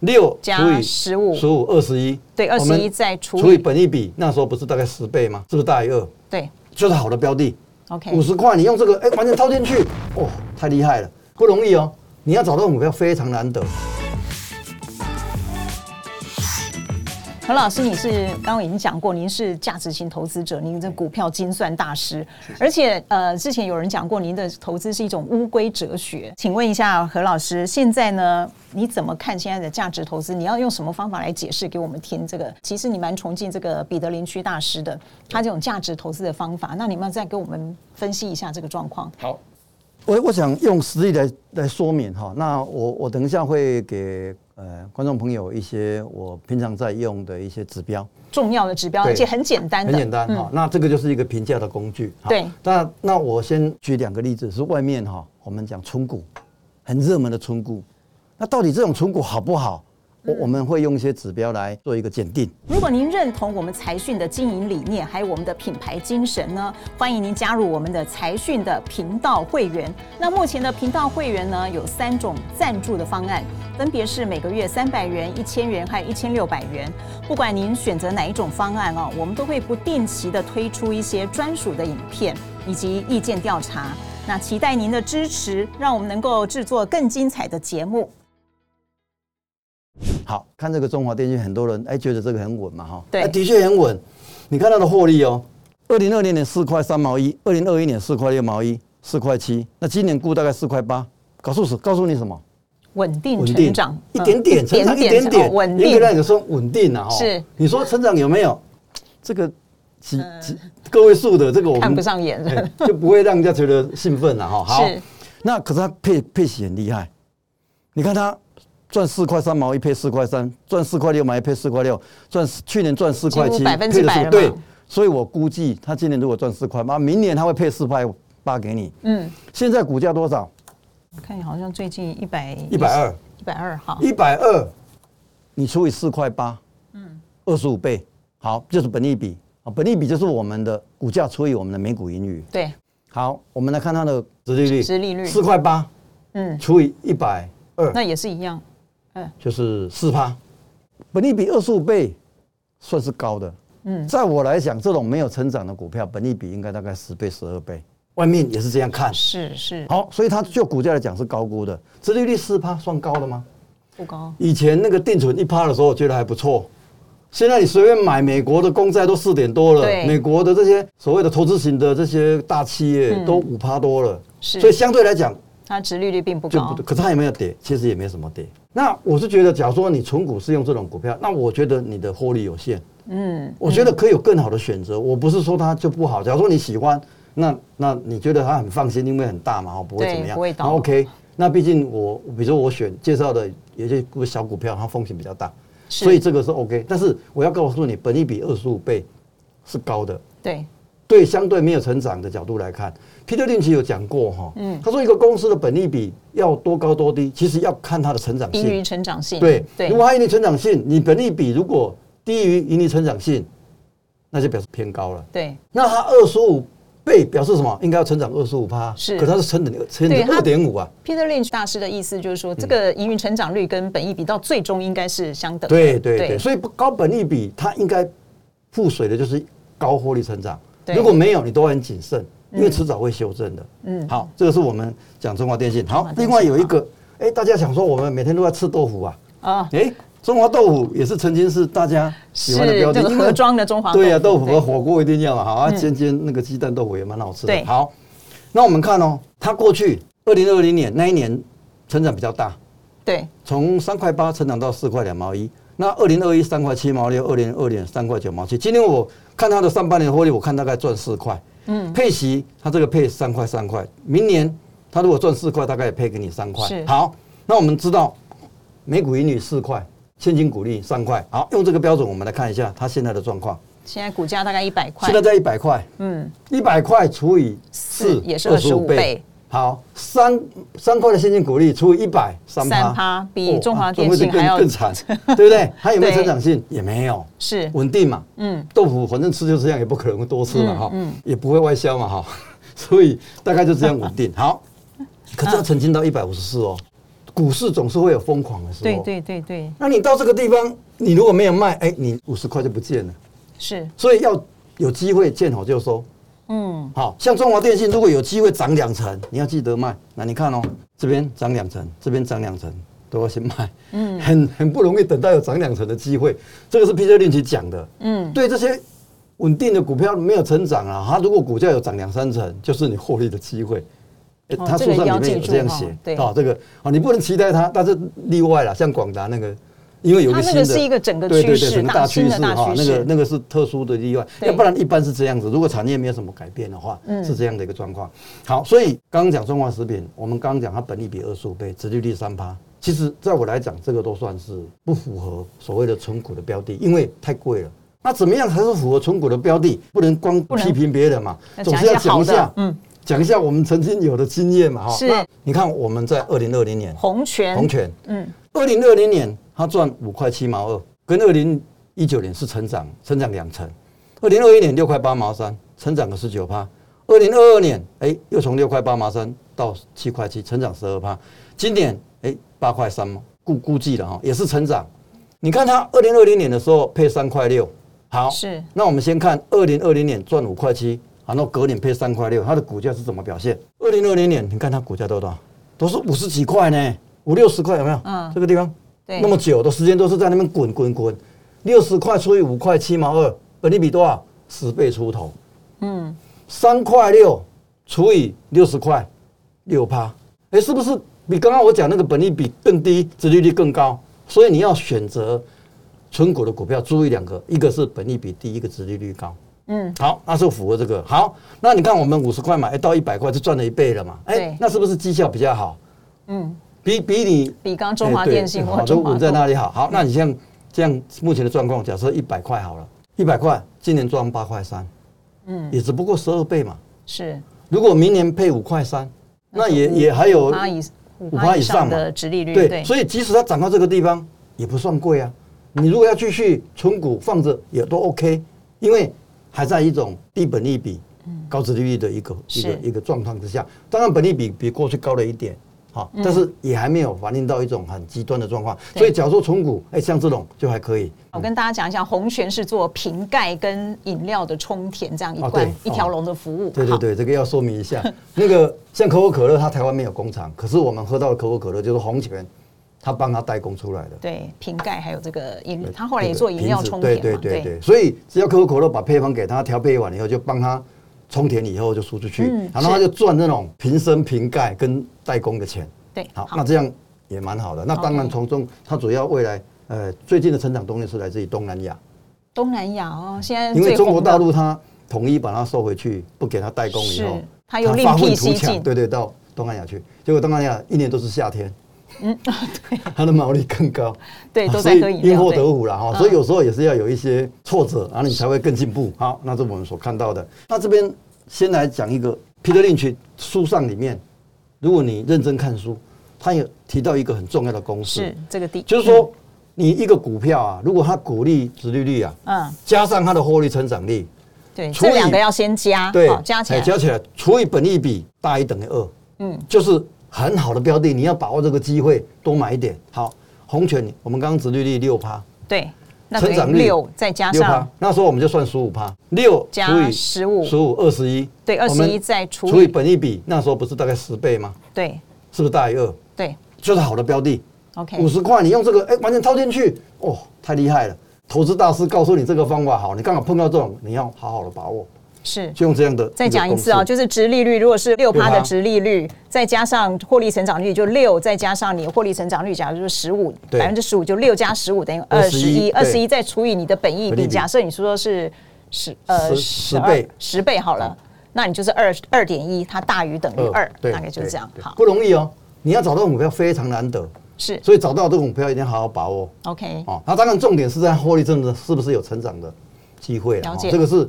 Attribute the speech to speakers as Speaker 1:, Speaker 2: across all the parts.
Speaker 1: 六除
Speaker 2: 加
Speaker 1: 以
Speaker 2: 十五，
Speaker 1: 十五二十一，
Speaker 2: 对
Speaker 1: 我
Speaker 2: 21
Speaker 1: 们
Speaker 2: 再除以
Speaker 1: 除以本一比，那时候不是大概十倍吗？是不是大于二？
Speaker 2: 对
Speaker 1: 就是好的标的，
Speaker 2: ，OK，
Speaker 1: 五十块你用这个，哎、完全套进去，哇、太厉害了，不容易哦。你要找到股票非常难得。
Speaker 2: 何老师，你是刚刚已经讲过，您是价值型投资者，您这股票精算大师，
Speaker 1: 嗯
Speaker 2: 而且呃，之前有人讲过，您的投资是一种乌龟哲学。请问一下何老师，现在呢，你怎么看现在的价值投资？你要用什么方法来解释给我们听？这个其实你蛮崇敬这个彼得林区大师的，他这种价值投资的方法。那你们再给我们分析一下这个状况。
Speaker 3: 好，
Speaker 1: 我我想用实例来来说明哈，那我我等一下会给呃观众朋友一些我平常在用的一些指标，
Speaker 2: 重要的指标，
Speaker 1: 对
Speaker 2: 而且很简单的，嗯
Speaker 1: 很简单哈、那这个就是一个评价的工具。哈
Speaker 2: 对
Speaker 1: 那那我先举两个例子，是外面哈，我们讲存股，很热门的存股，那到底这种存股好不好？
Speaker 2: 嗯
Speaker 1: 我我们会用一些指标来做一个检定。
Speaker 2: 如果您认同我们财讯的经营理念，还有我们的品牌精神呢，欢迎您加入我们的财讯的频道会员。那目前的频道会员呢，有三种赞助的方案，分别是每个月三百元、一千元和一千六百元。不管您选择哪一种方案哦，我们都会不定期的推出一些专属的影片以及意见调查。那期待您的支持，让我们能够制作更精彩的节目。
Speaker 1: 好看这个中华电信，很多人哎觉得这个很稳嘛哈，
Speaker 2: 对
Speaker 1: 哎的确很稳。你看它的获利哦，二零二零年四块三毛一，二零二一年四块六毛一，四块七，那今年估大概四块八。告诉是告诉你什么？
Speaker 2: 稳定成长，
Speaker 1: 一点点
Speaker 2: 嗯
Speaker 1: 成长，一点
Speaker 2: 哦
Speaker 1: 点
Speaker 2: 稳
Speaker 1: 严格
Speaker 2: 定
Speaker 1: 来讲说稳定啊。哦
Speaker 2: 是，嗯
Speaker 1: 你说成长有没有？这个几几个位数的这个我们
Speaker 2: 看不上眼了
Speaker 1: 哎就不会让人家觉得兴奋啊了哈。好
Speaker 2: 是，
Speaker 1: 那可是它配配息很厉害，你看它。赚四块三毛一配四块三，赚四块六毛一配四块六，赚去年赚四块七，
Speaker 2: 几乎
Speaker 1: 配
Speaker 2: 百分之
Speaker 1: 得
Speaker 2: 百
Speaker 1: 出
Speaker 2: 了
Speaker 1: 对
Speaker 2: 嘛，
Speaker 1: 所以我估计它今年如果赚四块八，明年它会配四块八给你。
Speaker 2: 嗯。
Speaker 1: 现在股价多少？
Speaker 2: 我看好像最近一百
Speaker 1: 一百二，
Speaker 2: 一百二哈，
Speaker 1: 一百二，你除以四块八，嗯，二十五倍，好，就是本利比啊，本利比就是我们的股价除以我们的每股盈余。
Speaker 2: 对，
Speaker 1: 好，我们来看它的殖利率，
Speaker 2: 殖利率
Speaker 1: 四块八
Speaker 2: 嗯，
Speaker 1: 除以一百二，
Speaker 2: 那也是一样，嗯，
Speaker 1: 就是四趴，本利比二十五倍，算是高的。嗯，在我来讲，这种没有成长的股票，本利比应该大概十倍、十二倍。外面也是这样看，
Speaker 2: 是是
Speaker 1: 好，所以它就股价来讲是高估的，殖利率四趴算高的吗？
Speaker 2: 不高，
Speaker 1: 以前那个定存一趴的时候，觉得还不错。现在你随便买美国的公债都四点多了
Speaker 2: 对，
Speaker 1: 美国的这些所谓的投资型的这些大企业都五趴多了，
Speaker 2: 嗯是哦
Speaker 1: 所以相对来讲
Speaker 2: 它殖利率并不
Speaker 1: 就
Speaker 2: 高
Speaker 1: 不，，可是它也没有跌，其实也没什么跌。那我是觉得，假如说你存股是用这种股票，那我觉得你的获利有限，
Speaker 2: 嗯，
Speaker 1: 我觉得可以有更好的选择。我不是说它就不好，假如说你喜欢，那那你觉得它很放心，因为很大嘛，哦不会
Speaker 2: 对
Speaker 1: 怎么样，
Speaker 2: 不会倒
Speaker 1: 那 OK。那毕竟我，比如说我选介绍的有些股小股票，它风险比较大，
Speaker 2: 是
Speaker 1: 所以这个是 OK。但是我要告诉你，本益比二十五倍是高的，
Speaker 2: 对，
Speaker 1: 对相对没有成长的角度来看，Peter Lynch 有讲过哈，
Speaker 2: 嗯
Speaker 1: 他说一个公司的本益比要多高多低，其实要看它的成长
Speaker 2: 低于
Speaker 1: 性。
Speaker 2: 成长性，
Speaker 1: 对，如果
Speaker 2: 对，
Speaker 1: 它盈利成长性，你本益比如果低于盈利成长性，那就表示偏高了。
Speaker 2: 对，
Speaker 1: 那它二十五倍表示什么？应该要成长二十五趴，
Speaker 2: 是
Speaker 1: 可它是成长成
Speaker 2: 对
Speaker 1: 长
Speaker 2: 它
Speaker 1: 二点五啊。
Speaker 2: Peter Lynch 大师的意思就是说，这个营运成长率跟本益比到最终应该是相等的，
Speaker 1: 嗯对对对，所以不高本益比，它应该附随的就是高获利成长。
Speaker 2: 对嗯
Speaker 1: 如果没有，你都很谨慎，因为迟早会修正的。嗯，好，这个是我们讲中华电信。
Speaker 2: 中
Speaker 1: 好
Speaker 2: 华，电信
Speaker 1: 另外有一个，哎，大家想说我们每天都在吃豆腐啊？
Speaker 2: 啊，
Speaker 1: 哎，中华豆腐也是曾经是大家喜欢的
Speaker 2: 是
Speaker 1: 标的，
Speaker 2: 这个
Speaker 1: 因为
Speaker 2: 盒装的中华
Speaker 1: 对呀，
Speaker 2: 豆
Speaker 1: 豆
Speaker 2: 腐嗯
Speaker 1: 腐和火锅一定要嘛，好啊，煎煎那个鸡蛋豆腐也蛮好吃
Speaker 2: 对
Speaker 1: 的。好，那我们看哦，它过去二零二零年那一年成长比较大，
Speaker 2: 对，
Speaker 1: 从三块八成长到四块两毛一。那二零二一三块七毛六，二零二零三块九毛七。今天我看它的上半年获利，我看大概赚四块。嗯，配息它这个配三块三块，明年它如果赚四块，大概也配给你三块
Speaker 2: 是。
Speaker 1: 好，那我们知道每股盈利四块，现金股利三块。好，用这个标准，我们来看一下它现在的状况。
Speaker 2: 现在股价大概一百块
Speaker 1: 现，在在一百块，嗯，一百块除以四
Speaker 2: 也是25倍。
Speaker 1: 好，三三块的现金股利除以一百，三
Speaker 2: 3%比中华电
Speaker 1: 哦
Speaker 2: 信
Speaker 1: 中华
Speaker 2: 还要
Speaker 1: 更惨，对不 对？它有没有
Speaker 2: 对
Speaker 1: 成长性？也没有，
Speaker 2: 是
Speaker 1: 稳定嘛。
Speaker 2: 嗯，
Speaker 1: 豆腐反正吃就这样，也不可能多吃嘛哈，也不会外销嘛 哈，所以大概就这样稳定。好，可是它曾经到一百五十四哦，股市总是会有疯狂的时候。
Speaker 2: 对对对对，
Speaker 1: 那你到这个地方，你如果没有卖，哎、你五十块就不见了。
Speaker 2: 是，
Speaker 1: 所以要有机会见好就收。
Speaker 2: 嗯，
Speaker 1: 好像中华电信如果有机会涨两成，你要记得卖。那你看哦，这边涨两成，这边涨两成，都要先卖。嗯，很很不容易等到有涨两成的机会，这个是 Peter Lynch 讲的。
Speaker 2: 嗯，
Speaker 1: 对这些稳定的股票没有成长啊，它如果股价有涨两三成，就是你获利的机会。诶
Speaker 2: 哦
Speaker 1: 它
Speaker 2: 这
Speaker 1: 书
Speaker 2: 个
Speaker 1: 上
Speaker 2: 要
Speaker 1: 里面有
Speaker 2: 记住
Speaker 1: 这样
Speaker 2: 哈
Speaker 1: 写，
Speaker 2: 对
Speaker 1: 啊，这个啊，你不能期待它，但是例外啦，像广达那个，因为有一
Speaker 2: 它
Speaker 1: 个
Speaker 2: 那
Speaker 1: 新的，
Speaker 2: 个是一个整个
Speaker 1: 对对
Speaker 2: 趋势
Speaker 1: 对整个
Speaker 2: 大
Speaker 1: 大
Speaker 2: 新
Speaker 1: 趋
Speaker 2: 的
Speaker 1: 势
Speaker 2: 大
Speaker 1: 哈，
Speaker 2: 趋
Speaker 1: 那
Speaker 2: 势
Speaker 1: 个那个是特殊的例外，
Speaker 2: 对
Speaker 1: 要不然一般是这样子。如果产业没有什么改变的话，
Speaker 2: 嗯
Speaker 1: 是这样的一个状况。好，所以刚刚讲中华食品，我们刚刚讲它本利比二十五倍，殖利率三趴。其实在我来讲，这个都算是不符合所谓的存股的标的，因为太贵了。那怎么样才是符合存股的标的？不能光
Speaker 2: 能
Speaker 1: 批评别人嘛，
Speaker 2: 那
Speaker 1: 总
Speaker 2: 讲一
Speaker 1: 是要
Speaker 2: 些
Speaker 1: 讲
Speaker 2: 好
Speaker 1: 一下
Speaker 2: 的，，嗯，
Speaker 1: 讲一下我们曾经有的经验嘛，哈。
Speaker 2: 是
Speaker 1: 那你看我们在二零二零年
Speaker 2: 红拳，
Speaker 1: 红，犬，
Speaker 2: 嗯，
Speaker 1: 二零二零年它赚五块七毛二，跟二零一九年是成长，成长两成。二零二一年六块八毛三，成长了十九趴。二零二二年，哎、又从六块八毛三到七块七，成长十二趴。今年，哎、八块三嘛，估估计了哈，也是成长。你看它二零二零年的时候配三块六，好，
Speaker 2: 是
Speaker 1: 那我们先看二零二零年赚五块七，然后隔年配三块六，它的股价是怎么表现？二零二零年，你看它股价多少？都是五十几块呢，五六十块有没有？
Speaker 2: 嗯
Speaker 1: 这个地方
Speaker 2: 对
Speaker 1: 那么久的时间都是在那边滚滚滚，六十块除以五块七毛二，本利比多少？十倍出头，
Speaker 2: 嗯，
Speaker 1: 三块六除以六十块，六趴，哎，是不是比刚刚我讲那个本利比更低，殖利率更高？所以你要选择纯股的股票，注意两个，一个是本利比低，一个殖利率高。
Speaker 2: 嗯，
Speaker 1: 好，那是符合这个。好，那你看我们五十块买，哎，到一百块就赚了一倍了嘛，
Speaker 2: 对
Speaker 1: 哎，那是不是绩效比较好？
Speaker 2: 嗯，
Speaker 1: 比比你
Speaker 2: 比刚中华电信
Speaker 1: 哎对
Speaker 2: 或
Speaker 1: 好都
Speaker 2: 中华
Speaker 1: 稳在那
Speaker 2: 通
Speaker 1: 里好。好，那你像这样目前的状况，假设一百块好了，一百块今年赚八块三，
Speaker 2: 嗯，
Speaker 1: 也只不过十二倍嘛。
Speaker 2: 是
Speaker 1: 如果明年配五块三，那也
Speaker 2: 五
Speaker 1: 也还有
Speaker 2: 五趴以五
Speaker 1: 五趴
Speaker 2: 趴以
Speaker 1: 以上
Speaker 2: 上
Speaker 1: 嘛
Speaker 2: 的直利率，
Speaker 1: 对，所以即使它涨到这个地方，也不算贵啊。你如果要继续存股放着，也都 OK，因为还在一种低本利比、高值利率的一个一个
Speaker 2: 嗯是
Speaker 1: 一个状况之下。当然，本利比比过去高了一点，好、但是也还没有反映到一种很极端的状况。
Speaker 2: 嗯对
Speaker 1: 所以，假如说存股，哎、像这种就还可以。
Speaker 2: 我跟大家讲一下，红泉是做瓶盖跟饮料的冲填，这样一
Speaker 1: 哦
Speaker 2: 罐、
Speaker 1: 对
Speaker 2: 一条龙的服务。
Speaker 1: 对对
Speaker 2: 好，
Speaker 1: 对，这个要说明一下。那个像可口可乐，它台湾没有工厂，可是我们喝到的可口可乐就是红泉，它帮它代工出来的。
Speaker 2: 对瓶盖还有这个饮
Speaker 1: 对，
Speaker 2: 嗯他后来也
Speaker 1: 这个
Speaker 2: 做饮料
Speaker 1: 瓶子
Speaker 2: 冲填
Speaker 1: 对
Speaker 2: 嘛，
Speaker 1: 对对对，所以只要可口可乐把配方给他调配完以后，就帮他冲填以后就输出去，
Speaker 2: 嗯
Speaker 1: 然后他
Speaker 2: 是
Speaker 1: 就赚那种瓶身、瓶盖跟代工的钱。
Speaker 2: 对
Speaker 1: 好，
Speaker 2: 好
Speaker 1: 那这样也蛮好的。那当
Speaker 2: OK
Speaker 1: 然从中，它主要未来呃最近的成长动力是来自于东南亚，
Speaker 2: 东南亚哦，现在
Speaker 1: 因为
Speaker 2: 最
Speaker 1: 中国
Speaker 2: 红的
Speaker 1: 大陆它统一把它收回去，不给它代工以后
Speaker 2: 是，它又另
Speaker 1: 发愤
Speaker 2: 辟
Speaker 1: 图
Speaker 2: 蹊
Speaker 1: 强
Speaker 2: 径
Speaker 1: 对对，到东南亚去，结果东南亚一年都是夏天。 嗯，对，它的毛利更高，
Speaker 2: 对
Speaker 1: 啊
Speaker 2: 都
Speaker 1: 所
Speaker 2: 在
Speaker 1: 以
Speaker 2: 喝饮
Speaker 1: 因
Speaker 2: 料，
Speaker 1: 祸
Speaker 2: 对
Speaker 1: 得福了哈。
Speaker 2: 嗯
Speaker 1: 所以有时候也是要有一些挫折，然后你才会更进步。好，那是我们所看到的。那这边先来讲一个 Peter Lynch 书上里面，如果你认真看书，他有提到一个很重要的公式
Speaker 2: 是，这个地，嗯
Speaker 1: 就是说你一个股票啊，如果它股利、殖利率啊，
Speaker 2: 嗯，嗯，
Speaker 1: 加上它的获利成长率，
Speaker 2: 对，
Speaker 1: 除以
Speaker 2: 这两个要先加，
Speaker 1: 对
Speaker 2: 啊好，加起
Speaker 1: 哎
Speaker 2: 来，
Speaker 1: 加起来除以本益比大于等于二，
Speaker 2: 嗯，
Speaker 1: 就是很好的标的，你要把握这个机会，多买一点。好，红权我们刚刚殖利率六趴。
Speaker 2: 对，那等
Speaker 1: 成
Speaker 2: 于
Speaker 1: 长率
Speaker 2: 六再加
Speaker 1: 六趴
Speaker 2: 上，
Speaker 1: 那时候我们就算十五趴，六
Speaker 2: 加15
Speaker 1: 十五二十一，
Speaker 2: 对
Speaker 1: 我们
Speaker 2: 21再除以
Speaker 1: 除以本一比，那时候不是大概十倍吗？
Speaker 2: 对
Speaker 1: 是不是大于二？
Speaker 2: 对
Speaker 1: 就是好的标的，
Speaker 2: ，OK，
Speaker 1: 五十块你用这个，哎、完全套进去，哦，太厉害了！投资大师告诉你这个方法好，你刚好碰到这种，你要好好的把握，
Speaker 2: 是。
Speaker 1: 就用这样的。
Speaker 2: 再讲一次啊、
Speaker 1: 个公式
Speaker 2: 就是直利率，如果是六趴的
Speaker 1: 6%
Speaker 2: 直利率，再加上获利成长率就六，再加上你的获利成长率，假如说十五，
Speaker 1: 对
Speaker 2: 百分之十五就六加十五等于二十一，
Speaker 1: 21
Speaker 2: 二十一再除以你的本益
Speaker 1: 本益
Speaker 2: 比，
Speaker 1: 比
Speaker 2: 假设你说是十呃
Speaker 1: 十
Speaker 2: 十
Speaker 1: 十倍嗯
Speaker 2: 十倍好了，那你就是二二点一，它大于等于二，
Speaker 1: 对，
Speaker 2: 大概就是这样
Speaker 1: 对。对
Speaker 2: 好，
Speaker 1: 不容易哦，你要找到股票非常难得，
Speaker 2: 是
Speaker 1: 所以找到这种股票一定要好好把握。
Speaker 2: OK，
Speaker 1: 哦，那当然重点是在获利真的是不是有成长的机会了、
Speaker 2: 了
Speaker 1: 哦
Speaker 2: 解
Speaker 1: 这个是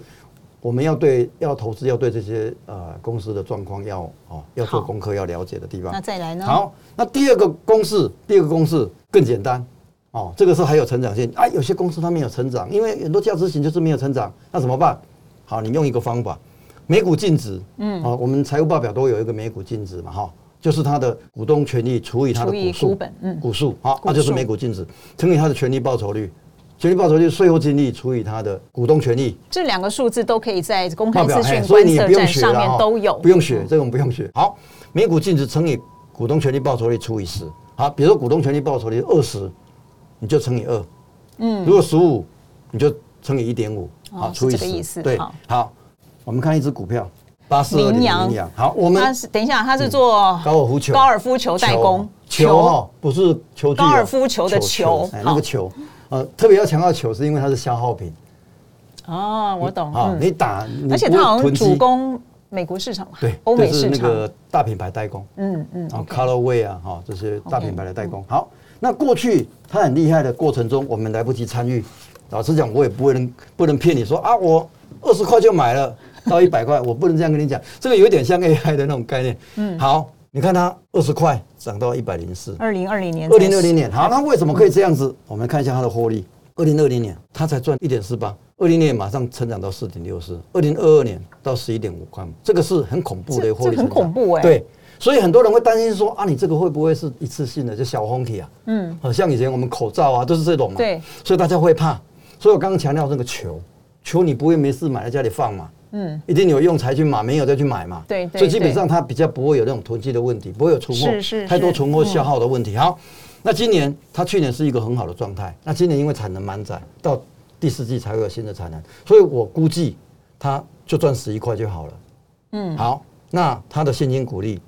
Speaker 1: 我们要对要投资要对这些呃公司的状况要哦要做
Speaker 2: 好
Speaker 1: 功课要了解的地方。
Speaker 2: 那再来呢？
Speaker 1: 好，那第二个公式，第二个公式更简单哦，这个是还有成长性啊。有些公司它没有成长，因为很多价值型就是没有成长，那怎么办？哦好，你用一个方法，每股净值，嗯，好、我们财务报表都有一个每股净值嘛，哈、就是它的股东权益除以它的
Speaker 2: 除以
Speaker 1: 股数，
Speaker 2: 股本嗯
Speaker 1: 股数好，
Speaker 2: 股
Speaker 1: 那、就是
Speaker 2: 数
Speaker 1: 每股净值乘以它的权利报酬率，权利报酬率税后净利除以它的股东权益
Speaker 2: 这两个数字都可以在公
Speaker 1: 报
Speaker 2: 开
Speaker 1: 表，
Speaker 2: 资
Speaker 1: 哎
Speaker 2: 讯
Speaker 1: 所以
Speaker 2: 观
Speaker 1: 你
Speaker 2: 测
Speaker 1: 不用
Speaker 2: 站
Speaker 1: 学
Speaker 2: 上
Speaker 1: 了
Speaker 2: 面
Speaker 1: 哈
Speaker 2: 都有。
Speaker 1: 不用学，这个我们不用学。好，每股净值乘以股东权利报酬率除以十，好，比如说股东权利报酬率二十，你就乘以二，嗯，如果十五，你就乘以一点五，
Speaker 2: 哦
Speaker 1: 好，
Speaker 2: 是
Speaker 1: 除以
Speaker 2: 这个意思
Speaker 1: 十，对
Speaker 2: 好，
Speaker 1: 好，我们看一只股票八四二零
Speaker 2: 羚羊
Speaker 1: 羚羊，好，我们嗯
Speaker 2: 他是等一下，他是做
Speaker 1: 高尔夫球
Speaker 2: 高尔夫球代工
Speaker 1: 球球哦，不是球具哦，
Speaker 2: 高尔夫球的球
Speaker 1: 哎
Speaker 2: 好
Speaker 1: 那个球，呃，特别要强调球，是因为它是消耗品
Speaker 2: 哦，我懂。
Speaker 1: 啊，
Speaker 2: 嗯，
Speaker 1: 你打，你
Speaker 2: 而且
Speaker 1: 不
Speaker 2: 他好像
Speaker 1: 囤积
Speaker 2: 主攻美国市场嘛，
Speaker 1: 对，
Speaker 2: 欧美
Speaker 1: 就是
Speaker 2: 市
Speaker 1: 那
Speaker 2: 场。
Speaker 1: 个大品牌代工，
Speaker 2: 嗯嗯，
Speaker 1: 然后 Colorway 啊，哈，这些大品牌的代工。好，那过去它很厉害的过程中，我们来不及参与。老实讲，我也不能不能骗你说啊，我二十块就买了到一百块，我不能这样跟你讲。这个有点像 AI 的那种概念。嗯，好，你看它二十块涨到一百零四，
Speaker 2: 二零二零年才
Speaker 1: 二
Speaker 2: 是，
Speaker 1: 零二零年，好，那为什么可以这样子？我们看一下它的获利。二零二零年它才赚一点四八，二零年马上成长到四点六四，二零二二年到十一点五块，这个是很恐怖
Speaker 2: 这
Speaker 1: 的获利
Speaker 2: 这很
Speaker 1: 成长
Speaker 2: 恐怖欸
Speaker 1: 对，所以很多人会担心说啊，你这个会不会是一次性的，就小红体啊？
Speaker 2: 嗯，
Speaker 1: 好像以前我们口罩啊都是这种嘛。
Speaker 2: 对，
Speaker 1: 所以大家会怕。所以我刚刚强调这个球，球你不会没事买在家里放嘛？
Speaker 2: 嗯，
Speaker 1: 一定有用才去买，没有再去买嘛。
Speaker 2: 对对
Speaker 1: 所以基
Speaker 2: 对
Speaker 1: 本上它比较不会有那种囤积的问题，不会有存货
Speaker 2: 是是
Speaker 1: 太多
Speaker 2: 是嗯
Speaker 1: 存货消耗的问题。好，那今年它去年是一个很好的状态，那今年因为产能满载，到第四季才会有新的产能，所以我估计它就赚十一块就好了。嗯，好，那它的现金股利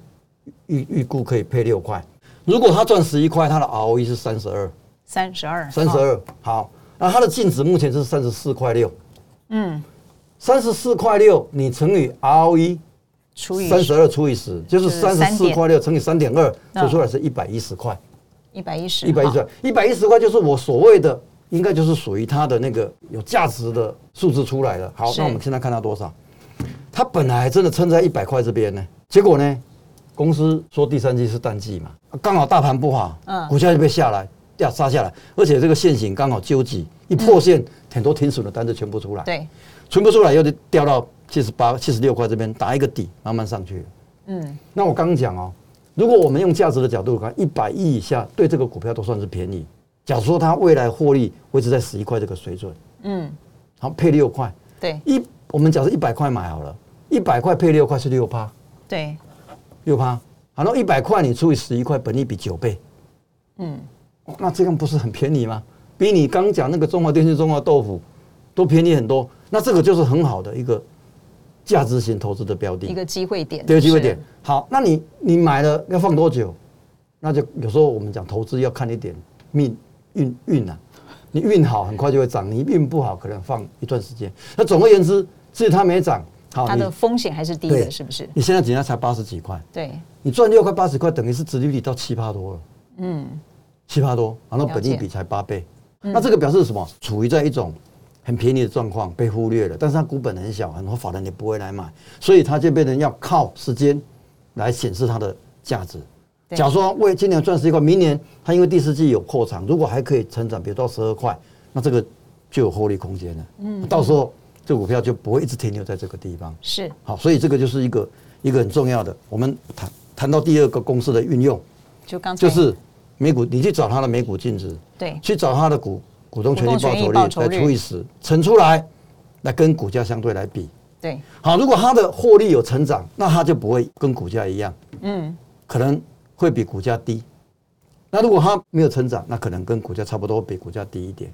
Speaker 1: 预预估可以配六块，如果它赚十一块，它的 ROE 是三十二。
Speaker 2: 三十二，
Speaker 1: 三十
Speaker 2: 哦，
Speaker 1: 二，好，那它的净值目前是三十四块六，
Speaker 2: 嗯，
Speaker 1: 三十四块六你乘以 E ROE
Speaker 2: 除以
Speaker 1: 三十二除以十，就是
Speaker 2: 是
Speaker 1: 三十四块六乘以三点二，
Speaker 2: 嗯
Speaker 1: 除出来是一百一十块，
Speaker 2: 一百一十，
Speaker 1: 一百一
Speaker 2: 好
Speaker 1: 十，一百一十块就是我所谓的，应该就是属于它的那个有价值的数字出来了。好，
Speaker 2: 是
Speaker 1: 那我们现在看到多少？它本来真的撑在一百块这边呢，结果呢，公司说第三季是淡季嘛，刚好大盘不好，
Speaker 2: 嗯
Speaker 1: 股价就被下来，掉杀下来，而且这个线型刚好纠结，一破线，很多停损的单子全部出来，，
Speaker 2: 嗯啊对，
Speaker 1: 全部出来又就掉到七十八、七十六块这边打一个底，慢慢上去。
Speaker 2: 嗯，
Speaker 1: 那我刚刚讲哦，如果我们用价值的角度看，一百亿以下对这个股票都算是便宜。假如说它未来获利维持在十一块这个水准，
Speaker 2: 嗯，
Speaker 1: 好配六块，
Speaker 2: 对
Speaker 1: 一我们假设一百块买好了，一百块配六块是六趴，
Speaker 2: 对，
Speaker 1: 六趴，然后一百块你除以十一块，本利比九倍，
Speaker 2: 嗯，
Speaker 1: 哦那这样不是很便宜吗？比你刚讲那个中华电信、中华豆腐都便宜很多。那这个就是很好的一个价值型投资的标的，
Speaker 2: 一个机会点，
Speaker 1: 第二机会点
Speaker 2: 是，。
Speaker 1: 好，那你你买了要放多久？那就有时候我们讲投资要看一点命运运啊，你运好很快就会涨，你运不好可能放一段时间。那总而言之，至于它没涨，好，
Speaker 2: 它
Speaker 1: 啊你
Speaker 2: 的风险还是低的，是不是？
Speaker 1: 你现在只要才八十几块，
Speaker 2: 对，
Speaker 1: 你赚六块八十块，等于是殖利率到七趴多了，
Speaker 2: 嗯，
Speaker 1: 七趴多，然后
Speaker 2: 了
Speaker 1: 本益
Speaker 2: 解嗯
Speaker 1: 比才八倍，那这个表示什么？处于在一种很便宜的状况，被忽略了，但是它股本很小，很多法人也不会来买，所以它就变成要靠时间来显示它的价值。
Speaker 2: 对
Speaker 1: 假如说为今年赚十一块，明年它因为第四季有扩产，如果还可以成长，比如到十二块，那这个就有获利空间了。嗯，到时候这股票就不会一直停留在这个地方。
Speaker 2: 是
Speaker 1: 好，所以这个就是一个一个很重要的。我们谈谈到第二个公式的运用，
Speaker 2: 就刚才
Speaker 1: 就是每股，你去找它的每股净值，
Speaker 2: 对
Speaker 1: 去找它的股股东权益
Speaker 2: 股东权益
Speaker 1: 报
Speaker 2: 报
Speaker 1: 酬
Speaker 2: 酬
Speaker 1: 率，
Speaker 2: 率
Speaker 1: 来除以十，乘出来，来跟股价相对来比。
Speaker 2: 对，
Speaker 1: 好，如果它的获利有成长，那它就不会跟股价一样，
Speaker 2: 嗯，
Speaker 1: 可能会比股价低。那如果它没有成长，那可能跟股价差不多，比股价低一点。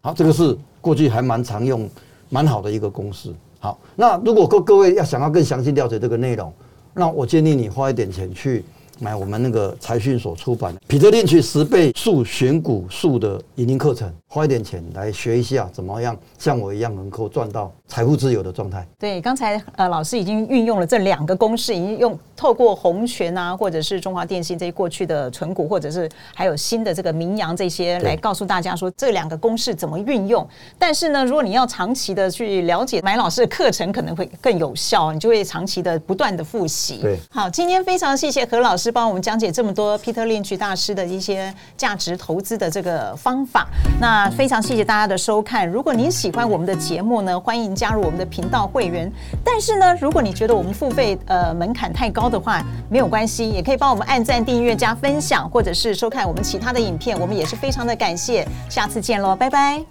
Speaker 1: 好，这个是过去还蛮常用、蛮好的一个公式。好，那如果各各位要想要更详细了解这个内容，那我建议你花一点钱去买我们那个财讯所出版的《彼得林奇十倍数选股术》的引领课程，花一点钱来学一下怎么样像我一样能够赚到财富自由的状态。
Speaker 2: 对，刚才呃老师已经运用了这两个公式，已经用透过红权啊，或者是中华电信这些过去的存股，或者是还有新的这个民阳这些
Speaker 1: 对
Speaker 2: 来告诉大家说这两个公式怎么运用。但是呢，如果你要长期的去了解买老师的课程，可能会更有效，你就会长期的不断的复习。
Speaker 1: 对
Speaker 2: 好，今天非常谢谢何老师。师帮我们讲解这么多 Peter Lynch 大师的一些价值投资的这个方法。那非常谢谢大家的收看。如果您喜欢我们的节目呢，欢迎加入我们的频道会员。但是呢，如果你觉得我们付费呃门槛太高的话，没有关系，也可以帮我们按赞、订阅、加分享，或者是收看我们其他的影片。我们也是非常的感谢。下次见喽，拜拜。